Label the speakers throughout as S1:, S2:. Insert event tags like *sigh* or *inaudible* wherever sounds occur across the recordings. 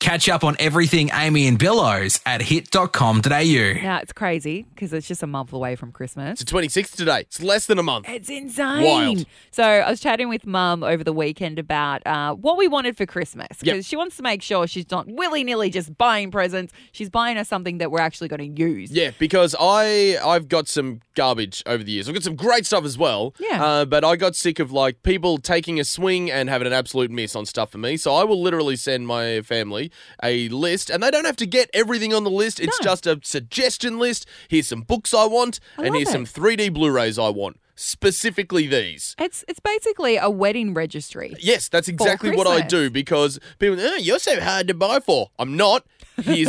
S1: Catch up on everything Amy and Billows at hit.com.au.
S2: Now it's crazy because it's just a month away from Christmas.
S3: It's the 26th today. It's less than a month.
S2: It's insane.
S3: Wild.
S2: So I was chatting with mum over the weekend about uh, what we wanted for Christmas because
S3: Yep.
S2: she wants to make sure she's not willy nilly just buying presents. She's buying us something that we're actually going to use.
S3: Yeah, because I I've got some garbage over the years. I've got some great stuff as well.
S2: Yeah.
S3: Uh, but I got sick of like people taking a swing and having an absolute miss on stuff for me. So I will literally send my family a list, and they don't have to get everything on the list. It's
S2: No.
S3: just a suggestion list. Here's some books I want,
S2: I
S3: and
S2: love
S3: here's
S2: it.
S3: some 3D Blu-rays I want. Specifically these.
S2: It's it's basically a wedding registry.
S3: Yes, that's exactly what I
S2: Christmas.
S3: do because people, oh, you're so hard to buy for. I'm not. Here's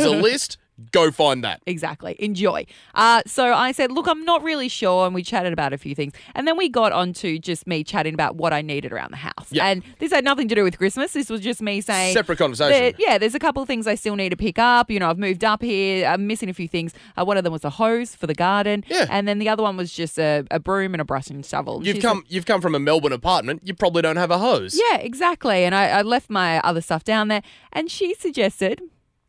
S2: *laughs*
S3: a list. Go find that.
S2: Exactly. Enjoy. Uh, so I said, look, I'm not really sure. And we chatted about a few things. And then we got on to just me chatting about what I needed around the house.
S3: Yeah.
S2: And this had nothing to do with Christmas. This was just me saying.
S3: Separate conversation.
S2: that, yeah, there's a couple of things I still need to pick up. You know, I've moved up here. I'm missing a few things. Uh, one of them was a hose for the garden.
S3: Yeah.
S2: And then the other one was just a, a broom and a brush and shovel. And
S3: You've
S2: she's
S3: come you've come from a Melbourne apartment. You probably don't have a hose.
S2: like, yeah, exactly. And I, I left my other stuff down there. And she suggested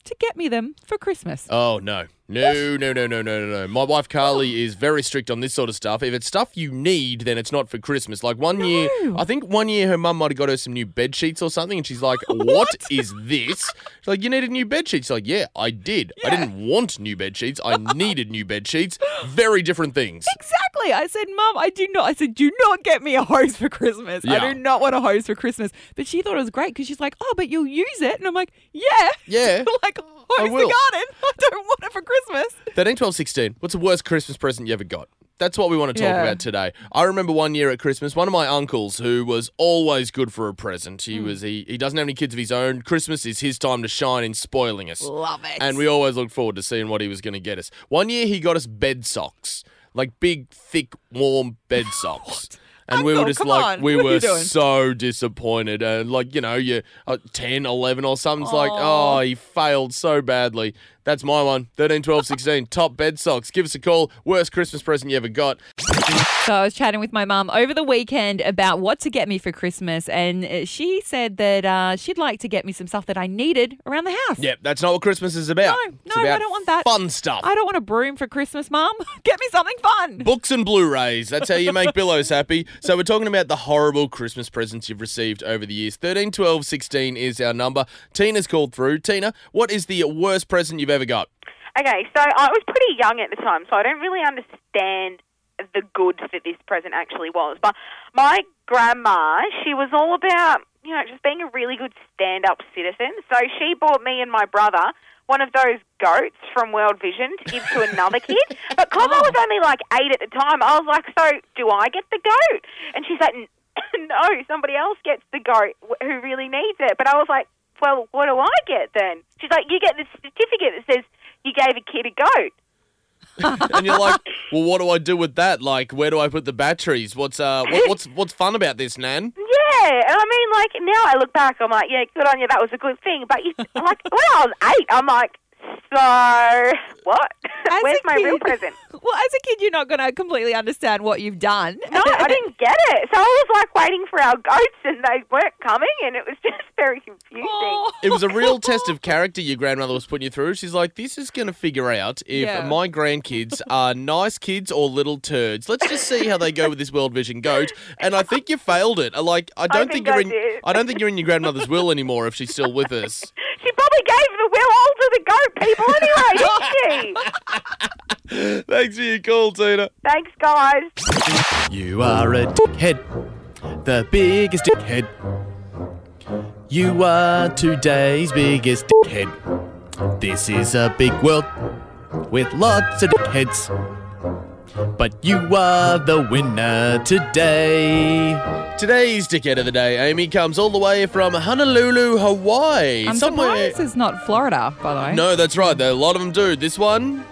S2: to get me them for Christmas.
S3: Oh no. No, no, no, no, no, no, no. My wife Carly is very strict on this sort of stuff. If it's stuff you need, then it's not for Christmas. Like one year, I think one year her mum might have got her some new bed sheets or something, and she's like, *laughs* "What is this?" She's like, "You needed new bed sheets." She's like, "Yeah, I did. I didn't want new bed sheets. I needed new bed sheets. Very different things."
S2: Exactly. I said, Mum, I do not. I said, do not get me a hose for Christmas.
S3: Yeah.
S2: I do not want a hose for Christmas. But she thought it was great because she's like, oh, but you'll use it. And I'm like, yeah.
S3: Yeah.
S2: *laughs* like, hose the
S3: will.
S2: garden. *laughs* I don't want it for Christmas.
S3: 13, 12, 16. What's the worst Christmas present you ever got? That's what we want to talk
S2: Yeah.
S3: about today. I remember one year at Christmas, one of my uncles who was always good for a present. He was he, he doesn't have any kids of his own. Christmas is his time to shine in spoiling us.
S2: Love it.
S3: And we always looked forward to seeing what he was going to get us. One year he got us bed socks. Like big, thick, warm bed
S2: *laughs*
S3: socks. And we were
S2: Uncle,
S3: just
S2: come
S3: like
S2: on.
S3: we
S2: What are you
S3: were
S2: doing?
S3: so disappointed and like you know you're uh, 10 11 or something's like oh he failed so badly that's my one 13
S2: *laughs*
S3: 12 16 top bed socks give us a call worst christmas present you ever got
S2: So I was chatting with my mum over the weekend about what to get me for Christmas. And uh, she said that uh, she'd like to get me some stuff that I needed around the house.
S3: yep that's not what christmas is about
S2: No,
S3: It's
S2: no, I
S3: about
S2: don't want that.
S3: fun stuff
S2: I don't want a broom for Christmas, Mum. *laughs* get me something fun.
S3: Books and Blu-rays. That's how you make Billows happy. So we're talking about the horrible Christmas presents you've received over the years. 13, 12, 16 is our number. Tina's called through. Tina, what is the worst present you've ever got?
S4: Okay, so I was pretty young at the time, so I don't really understand the good that this present actually was. But my grandma, she was all about, you know, just being a really good stand up citizen. So she bought me and my brother one of those goats from World Vision to give to another kid. But because I was only like eight at the time, I was like, so do I get the goat? And she's like, *coughs* no, somebody else gets the goat who really needs it. But I was like, well, what do I get then? She's like, you get this certificate that says you gave a kid a goat.
S3: And you're like, well, what do I do with that? Like, where do I put the batteries? What's uh, what, what's what's fun about this, Nan?
S4: Yeah, and I mean, like now I look back, I'm like, yeah, good on you, that was a good thing. But you, *laughs* like when I was eight, I'm like, so what? *laughs*
S2: As
S4: *laughs* Where's
S2: a
S4: my real
S2: kid-
S4: present?
S2: *laughs* Well, as a kid, you're not going to completely understand what you've done.
S4: *laughs*
S2: *laughs*
S4: No, I didn't get it. So I was like waiting for our goats, and they weren't coming, and it was *laughs* just very confusing.
S2: Oh.
S3: It was a real test of character your grandmother was putting you through. She's like, this is going to figure out if
S2: Yeah.
S3: my grandkids are nice kids or little turds. Let's just see how they go with this World Vision goat. And I think you failed it. I Like, I don't
S4: think
S3: think, you're
S4: I
S3: in.
S4: did.
S3: I don't think you're in your grandmother's will anymore if she's still with
S4: *laughs*
S3: us.
S4: She probably gave the will all to the goat people anyway, didn't
S2: *laughs*
S4: she?
S3: Thanks for your call, Tina.
S4: Thanks, guys.
S3: You are a dickhead, the biggest dickhead. You are today's biggest dickhead. This is a big world with lots of dickheads. But you are the winner today. Today's dickhead of the day, Amy, comes all the way from Honolulu, Hawaii.
S2: I'm surprised it's not Florida, by the way.
S3: No, that's right. A lot of them do. This one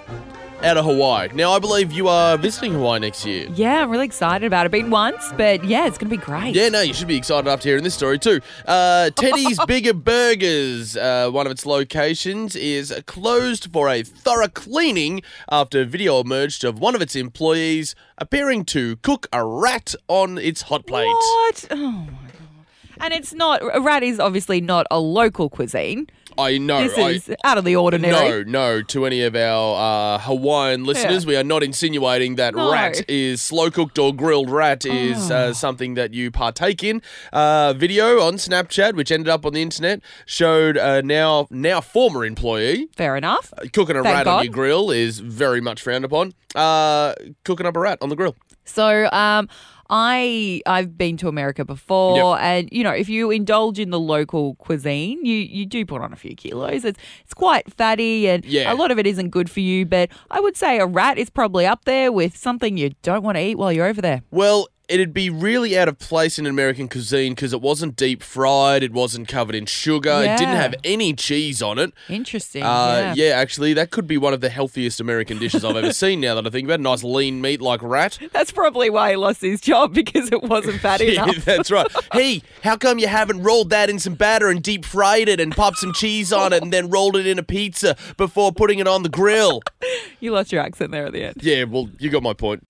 S3: out of Hawaii. Now, I believe you are visiting Hawaii next year.
S2: Yeah, I'm really excited about it. Been once, but yeah, it's going to be great.
S3: Yeah, no, you should be excited after hearing this story too. Uh, Teddy's Bigger Burgers, uh, one of its locations, is closed for a thorough cleaning after video emerged of one of its employees appearing to cook a rat on its hot plate.
S2: What? Oh my god! And it's not a rat is obviously not a local cuisine.
S3: I know.
S2: This
S3: I,
S2: is out of the ordinary.
S3: no, no, to any of our uh, Hawaiian listeners,
S2: Yeah.
S3: we are not insinuating that
S2: No. Ah.
S3: rat is slow cooked or grilled rat is uh, something that you partake in. Uh, video on Snapchat, which ended up on the internet, showed a now now former employee
S2: Fair enough.
S3: cooking a
S2: Thank
S3: rat on
S2: God.
S3: your grill is very much frowned upon. Uh, cooking up a rat on the grill.
S2: So um, I I've been to America before, and you know if you indulge in the local cuisine, you you do put on a few kilos. It's it's quite fatty, and
S3: Yeah.
S2: a lot of it isn't good for you. But I would say a rat is probably up there with something you don't want to eat while you're over there.
S3: Well, it'd be really out of place in American cuisine because it wasn't deep fried, it wasn't covered in sugar, it didn't
S2: Yeah.
S3: have any cheese on it.
S2: Interesting.
S3: Uh,
S2: yeah.
S3: yeah. actually, that could be one of the healthiest American dishes I've ever seen. Now that I think about it, nice lean meat
S2: *laughs*
S3: like rat.
S2: That's probably why he lost his job *laughs* because it wasn't
S3: *laughs*
S2: fatty
S3: Yeah,
S2: enough.
S3: that's right. Hey, how come you haven't rolled that in some batter and deep fried it and popped some cheese on it and then rolled it in a pizza before putting it on the grill?
S2: You lost your accent there at the end.
S3: Yeah, well, you got my point.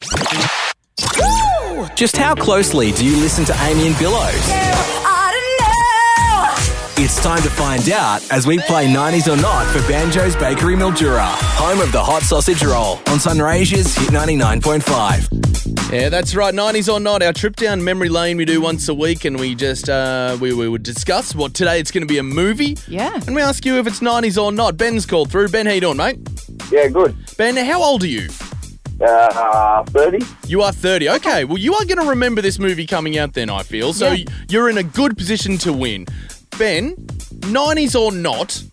S1: Just how closely do you listen to Amy and Billows? It's time to find out as we play 90s or Not for Banjo's Bakery Mildura, home of the hot sausage roll on Sunraysia's Hit 99.5.
S3: Yeah, that's right. 90s or not, our trip down memory lane we do once a week, and we just uh, we we would discuss what today it's going to be a movie.
S2: Yeah.
S3: and we ask you if it's 90s or not. Ben's called through. Ben, how you doing, mate?
S5: Yeah, good.
S3: Ben, how old are you?
S5: Uh, 30?
S3: You are 30. Okay, well, you are going to remember this movie coming out then, I feel. So
S2: Yeah.
S3: you're in a good position to win. Ben, 90s or not,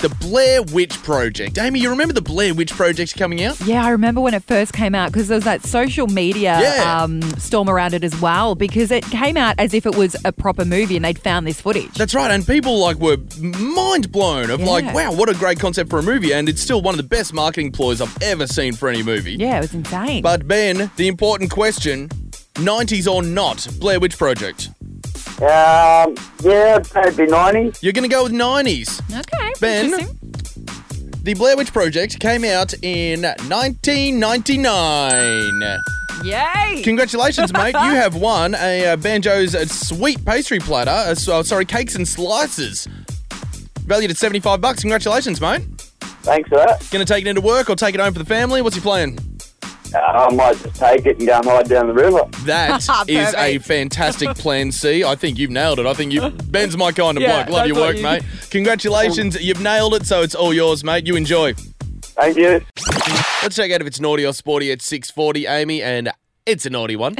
S3: the Blair Witch Project. Amy, you remember the Blair Witch Project coming out?
S2: Yeah, I remember when it first came out because there was that social media
S3: Yeah.
S2: um, storm around it as well because it came out as if it was a proper movie and they'd found this footage.
S3: That's right, and people like were mind blown of like,
S2: Yeah.
S3: wow, what a great concept for a movie, and it's still one of the best marketing ploys I've ever seen for any movie.
S2: yeah, it was insane.
S3: But Ben, the important question: 90s or not, Blair Witch Project.
S5: Um, yeah, that'd be 90.
S3: You're going to go with 90s.
S2: okay,
S3: Ben?
S2: interesting.
S3: The Blair Witch Project came out in 1999.
S2: Yay!
S3: Congratulations, mate. You have won a uh, Banjo's uh, sweet pastry platter. Uh, s- oh, sorry, cakes and slices. Valued at 75 bucks. Congratulations, mate.
S5: Thanks for that.
S3: Gonna take it into work or take it home for the family? What's your plan?
S5: Uh, I might just take it and go and hide down the river.
S2: *laughs*
S3: That is a
S2: Ah, Perfect.
S3: fantastic plan C. I think you've nailed it. I think
S2: *laughs*
S3: you Ben's my kind of
S2: Yeah,
S3: bloke. Love your
S2: that's what
S3: work,
S2: you- *laughs*
S3: mate. Congratulations. You've nailed it, so it's all yours, mate. You enjoy.
S5: Thank you.
S3: Let's check out if it's naughty or sporty at 6:40, Amy, and it's a naughty one.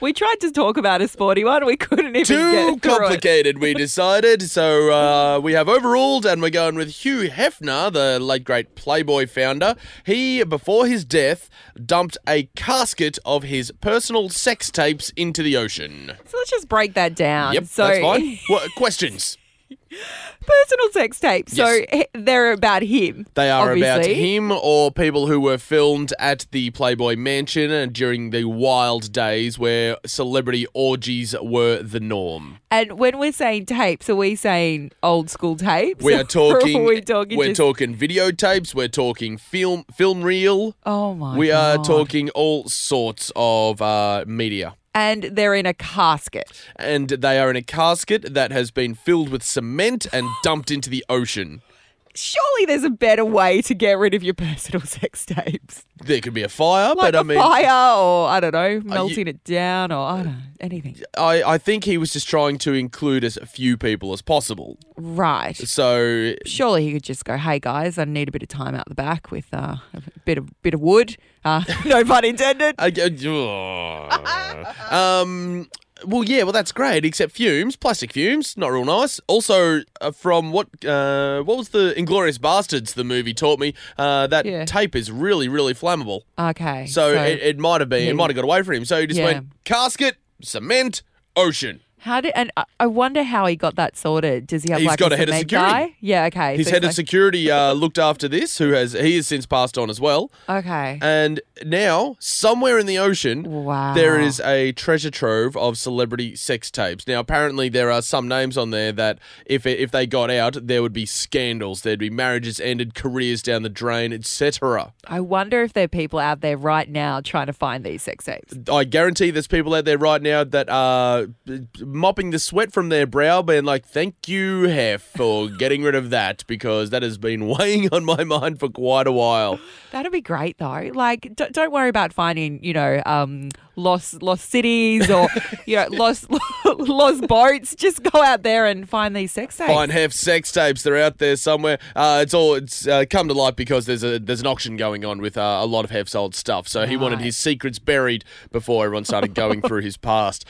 S2: we tried to talk about a sporty one, we couldn't even
S3: Too
S2: get through It.
S3: complicated, we decided. So uh, we have overruled, and we're going with Hugh Hefner, the late great Playboy founder. He, before his death, dumped a casket of his personal sex tapes into the ocean.
S2: So let's just break that down.
S3: Yep,
S2: so
S3: that's fine. What, questions?
S2: *laughs* personal sex tapes. So
S3: Yes.
S2: he- they're about him.
S3: They are about
S2: obviously.
S3: him or people who were filmed at the Playboy Mansion and during the wild days where celebrity orgies were the norm.
S2: And when we're saying tapes, are we saying old school
S3: *laughs*
S2: tapes?
S3: We are talking.
S2: *laughs* Or are we talking
S3: We're
S2: just-
S3: talking videotapes. We're talking film film reel.
S2: Oh my
S3: we are
S2: God.
S3: talking all sorts of uh, media.
S2: And they're in a casket.
S3: And they are in a casket that has been filled with cement
S2: *gasps*
S3: and dumped into the ocean.
S2: surely there's a better way to get rid of your personal *laughs* sex tapes.
S3: There could be a fire,
S2: Like
S3: but I mean,
S2: a fire or, I don't know, melting it down or, I don't know, anything.
S3: I, I think he was just trying to include as few people as possible.
S2: Right.
S3: So
S2: Surely he could just go, hey guys, I need a bit of time out the back with uh, a bit of bit of wood. Uh, *laughs* no pun intended.
S3: I,
S2: *laughs*
S3: I- um, well, yeah, well, that's great. Except fumes, plastic fumes, not real nice. Also, uh, from what uh, what was the Inglorious Bastards the movie taught me uh, that
S2: Yeah.
S3: tape is really, really flammable.
S2: Okay.
S3: So, it, it might have been,
S2: Yeah.
S3: it might have got away from him. So he just
S2: Yeah.
S3: went casket, cement, ocean.
S2: how did and uh, I- I wonder how he got that sorted. Does he have
S3: He's
S2: like
S3: got a
S2: a
S3: head of
S2: cement
S3: security.
S2: guy? Yeah. Okay.
S3: His
S2: so
S3: head of
S2: it's
S3: security uh, looked after this, who has he has since passed on as well.
S2: like- Okay.
S3: And now, somewhere in the ocean,
S2: Wow.
S3: there is a treasure trove of celebrity sex tapes. Now, apparently, there are some names on there that, if if they got out, there would be scandals. There'd be marriages ended, careers down the drain, etc.
S2: I wonder if there are people out there right now trying to find these sex tapes.
S3: I guarantee there's people out there right now that are b- b- mopping the sweat from their brow, being like, "Thank you, Hef, for getting rid of that because that has been *laughs* weighing on my mind for quite a while."
S2: That'll be great though. Like, don't, don't worry about finding, you know, um, lost lost cities or *laughs* you know lost lost boats. Just go out there and find these sex tapes.
S3: Fine Hef sex tapes, they're out there somewhere. Uh, it's all it's uh, come to light because there's a there's an auction going on with uh, a lot of Hef's old stuff. So he wanted
S2: Right.
S3: his secrets buried before everyone started going through
S2: *laughs*
S3: his past.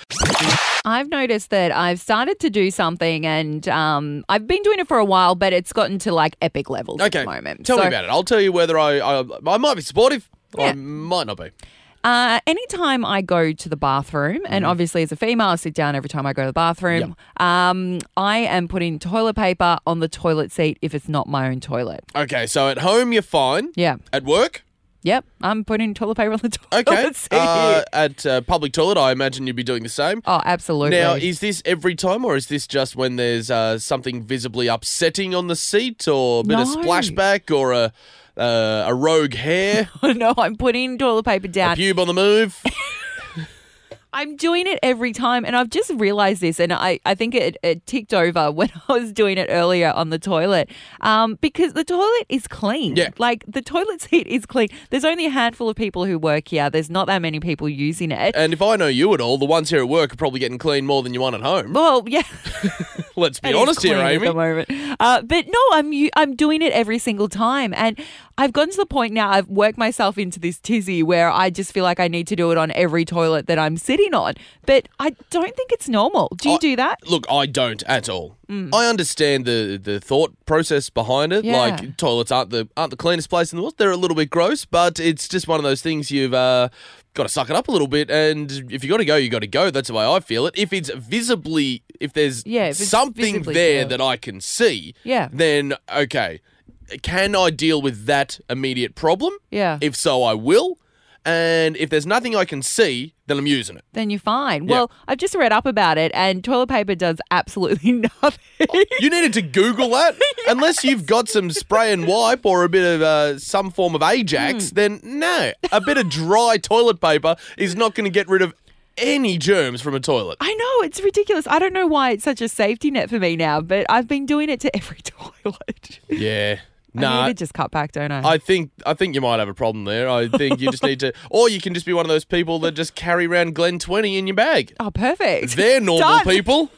S2: I've noticed that I've started to do something, and um, I've been doing it for a while, but it's gotten to like epic levels
S3: Okay,
S2: at the moment.
S3: tell
S2: So,
S3: me about it. I'll tell you whether I I, I might be supportive. or I
S2: Yeah.
S3: might not be.
S2: Uh, anytime I go to the bathroom, and
S3: Mm-hmm.
S2: obviously as a female, I sit down every time I go to the bathroom. Um, I am putting toilet paper on the toilet seat if it's not my own toilet.
S3: Okay, so at home you're fine.
S2: Yeah.
S3: At work.
S2: Yep. I'm putting toilet paper on the *laughs* toilet
S3: Okay.
S2: seat.
S3: Uh, at uh, public toilet, I imagine you'd be doing the same.
S2: oh, absolutely. *laughs*
S3: Now, is this every time, or is this just when there's uh, something visibly upsetting on the seat, or a bit of
S2: No.
S3: splashback, or a uh, a rogue hair,
S2: no, I'm putting toilet paper
S3: a
S2: down.
S3: pube on the move?
S2: I'm doing it every time, and I've just realized this, and I, I think it, it ticked over *laughs* when I was doing it earlier on the toilet um, because the toilet is clean.
S3: Yeah.
S2: Like the toilet *laughs* seat is clean. There's only a handful of people who work here, there's not that many people using it.
S3: And if I know you at all, the ones here at work are probably getting clean more than you want at home.
S2: well, yeah,
S3: Let's be
S2: it is
S3: honest here,
S2: clean at
S3: Amy.
S2: the moment. Uh, but no, I'm u- I'm doing it every single time, and I've gotten to the point now. I've worked myself into this tizzy where I just feel like I need to do it on every toilet that I'm sitting on. But I don't think it's normal. Do you
S3: I-
S2: do that?
S3: Look, I don't at all. I understand the the thought process behind it.
S2: Mm. Yeah.
S3: Like toilets aren't the aren't the cleanest place in the world. They're a little bit gross, but it's just one of those things you've uh, got to suck it up a little bit. And if you got to go, you got to go. That's the way I feel it. If it's visibly, if there's
S2: Yeah, if it's
S3: something
S2: visibly
S3: there
S2: clear.
S3: that I can see,
S2: Yeah.
S3: then okay. Can I deal with that immediate problem?
S2: Yeah.
S3: If so, I will. And if there's nothing I can see, then I'm using it.
S2: then you're fine. Well, I've just read up about it, and toilet paper does absolutely *laughs* nothing.
S3: You needed to
S2: *laughs*
S3: Google that. Unless you've got some spray and wipe or a bit of uh, some form of Ajax,
S2: Hmm.
S3: then no. A bit of dry toilet paper is not going to get rid of any germs from
S2: *laughs*
S3: a toilet.
S2: I know it's ridiculous. I don't know why it's such a safety net for me now, but I've been doing it to every *laughs* toilet.
S3: Yeah.
S2: I
S3: Nah.
S2: need to just cut back, don't I?
S3: I think I think you might have a problem there. I think you just
S2: *laughs*
S3: need to, or you can just be one of those people that just carry around Glen Twenty in your bag.
S2: oh, perfect.
S3: They're normal
S2: Done.
S3: people.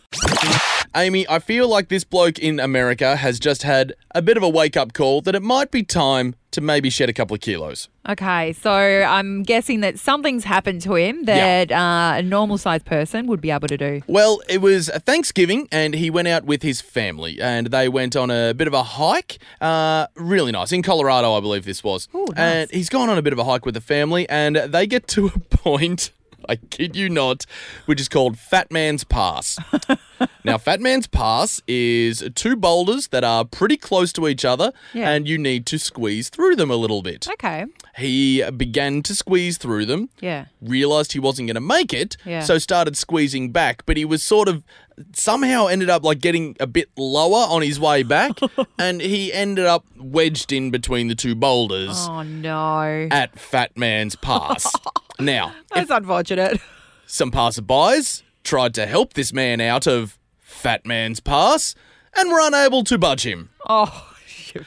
S3: Amy, I feel like this bloke in America has just had a bit of a wake up call that it might be time to maybe shed a couple of kilos.
S2: Okay, so I'm guessing that something's happened to him that uh, a normal sized person would be able to do.
S3: Well, it was Thanksgiving, and he went out with his family, and they went on a bit of a hike. Uh, really nice in Colorado, I believe this was.
S2: Ooh, nice.
S3: And he's gone on a bit of a hike with the family, and they get to a *laughs* point. I kid you not, which is called Fat Man's
S2: *laughs*
S3: Pass. now, Fat Man's Pass is two boulders that are pretty close to each other,
S2: Yeah.
S3: and you need to squeeze through them a little bit.
S2: Okay,
S3: He began to squeeze through them
S2: yeah.
S3: realized he wasn't going to make it,
S2: Yeah.
S3: so started squeezing back. But he was sort of somehow ended up like getting a bit lower on his
S2: *laughs*
S3: way back, and he ended up wedged in between the two boulders
S2: Oh no,
S3: at Fat
S2: *laughs*
S3: Man's Pass. now,
S2: that's unfortunate.
S3: some passerbys tried to help this man out of Fat Man's Pass and were unable to budge him.
S2: *laughs* Oh, shit.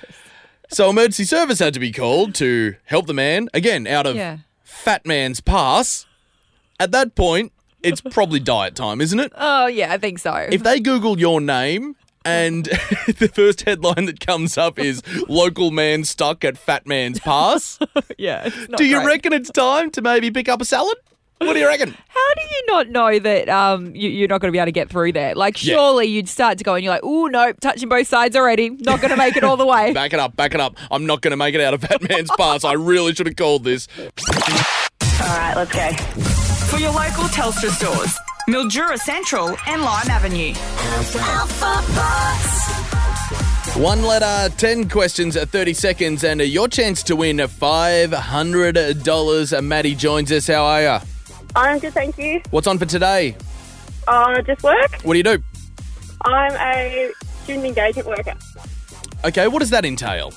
S3: So emergency service had to be called to help the man again out of
S2: Yeah.
S3: fat man's pass. At that point, it's probably diet time, isn't it?
S2: oh yeah, I think so.
S3: If they Google your name and *laughs* the first headline that comes up is local man stuck at fat man's pass,
S2: *laughs* yeah, it's not
S3: do you
S2: great.
S3: reckon it's time to maybe pick up a salad? What do you reckon?
S2: How do you not know that um, you, you're not going to be able to get through there? Like,
S3: Yeah.
S2: surely you'd start to go and you're like, oh, no, touching both sides already. Not going to make it all the
S3: *laughs*
S2: way.
S3: Back it up, back it up. I'm not going to make it out of fat man's pass. I really should have called this.
S6: All right, let's go.
S7: For your local Telstra stores, Mildura Central and Lime Avenue.
S3: One letter, 10 questions, 30 seconds, and your chance to win $500. Maddie joins us. How are you?
S8: I'm good, thank you.
S3: What's on for today?
S8: Uh, just work.
S3: What do you do?
S8: I'm a student engagement worker.
S3: Okay, what does that entail?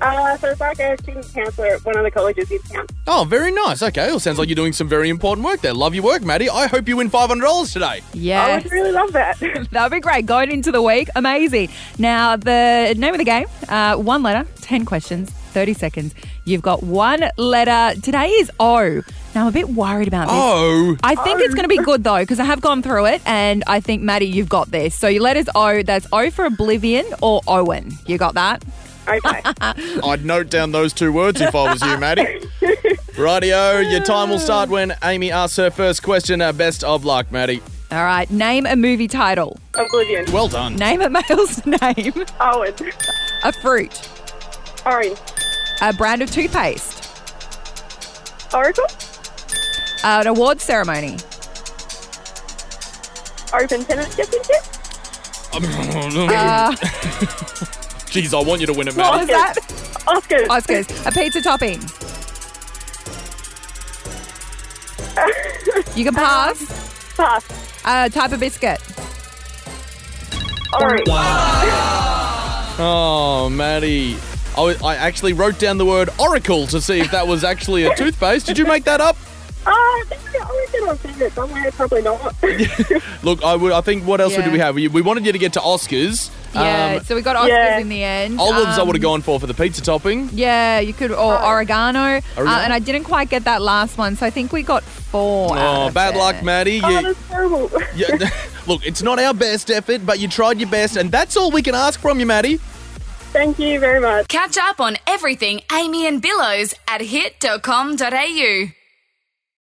S8: Uh, so it's like a student counsellor at one of the colleges in town.
S3: Oh, very nice. Okay, well, sounds like you're doing some very important work there. Love your work, Maddie. I hope you win $500 today.
S8: I
S2: Yes.
S8: would really love that. *laughs*
S2: That'd be great. Going into the week, amazing. Now, the name of the game uh, one letter, 10 questions, 30 seconds. You've got one letter. Today is O. Now, I'm a bit worried about this.
S3: Oh,
S2: I think it's going to be good though, because I have gone through it, and I think Maddie, you've got this. So your letters O. That's O for Oblivion or Owen. You got that?
S8: okay.
S3: *laughs* I'd note down those two words if I was you, Maddie. Rightio, your time will start when Amy asks her first question. Uh, best of luck, Maddie.
S2: All right. Name a movie title.
S8: Oblivion.
S3: Well done. *laughs*
S2: Name a *laughs* male's name.
S8: Owen.
S2: A fruit.
S8: Orange.
S2: A brand of toothpaste.
S8: Oracle.
S2: An awards ceremony.
S8: Open tennis championship.
S2: Uh,
S3: Jeez, I want you to win it,
S2: what
S3: Maddie.
S2: was that?
S8: Oscars.
S2: Oscars. A pizza topping. You can pass.
S8: Pass.
S2: A type of biscuit.
S8: Orange.
S3: Oh, Maddie. I, wa- I actually wrote down the word oracle to see if that was actually
S2: *laughs*
S3: a toothpaste. Did you make that up?
S8: Uh, I think I always did on it somewhere.
S7: *laughs*
S8: Probably not.
S3: Look, I would. I think what else
S2: Yeah.
S3: did we have? We, we wanted you to get to Oscars.
S2: Yeah. so we got Oscars
S8: yeah.
S2: in the end.
S3: Um, olives I
S2: Um,
S3: would have gone for for the pizza topping.
S2: Yeah, you could, or oregano. Uh,
S3: Oregano?
S2: and I didn't quite get that last one, so I think we got four. out
S3: Oh,
S2: of
S3: bad
S2: it.
S3: luck, Maddie. You-
S8: oh, that's terrible.
S3: you- *laughs* look, it's not our best effort, but you tried your best, and that's all we can ask from you, Maddie.
S8: Thank you very much.
S9: Catch up on everything Amy and Billows at hit.com.au.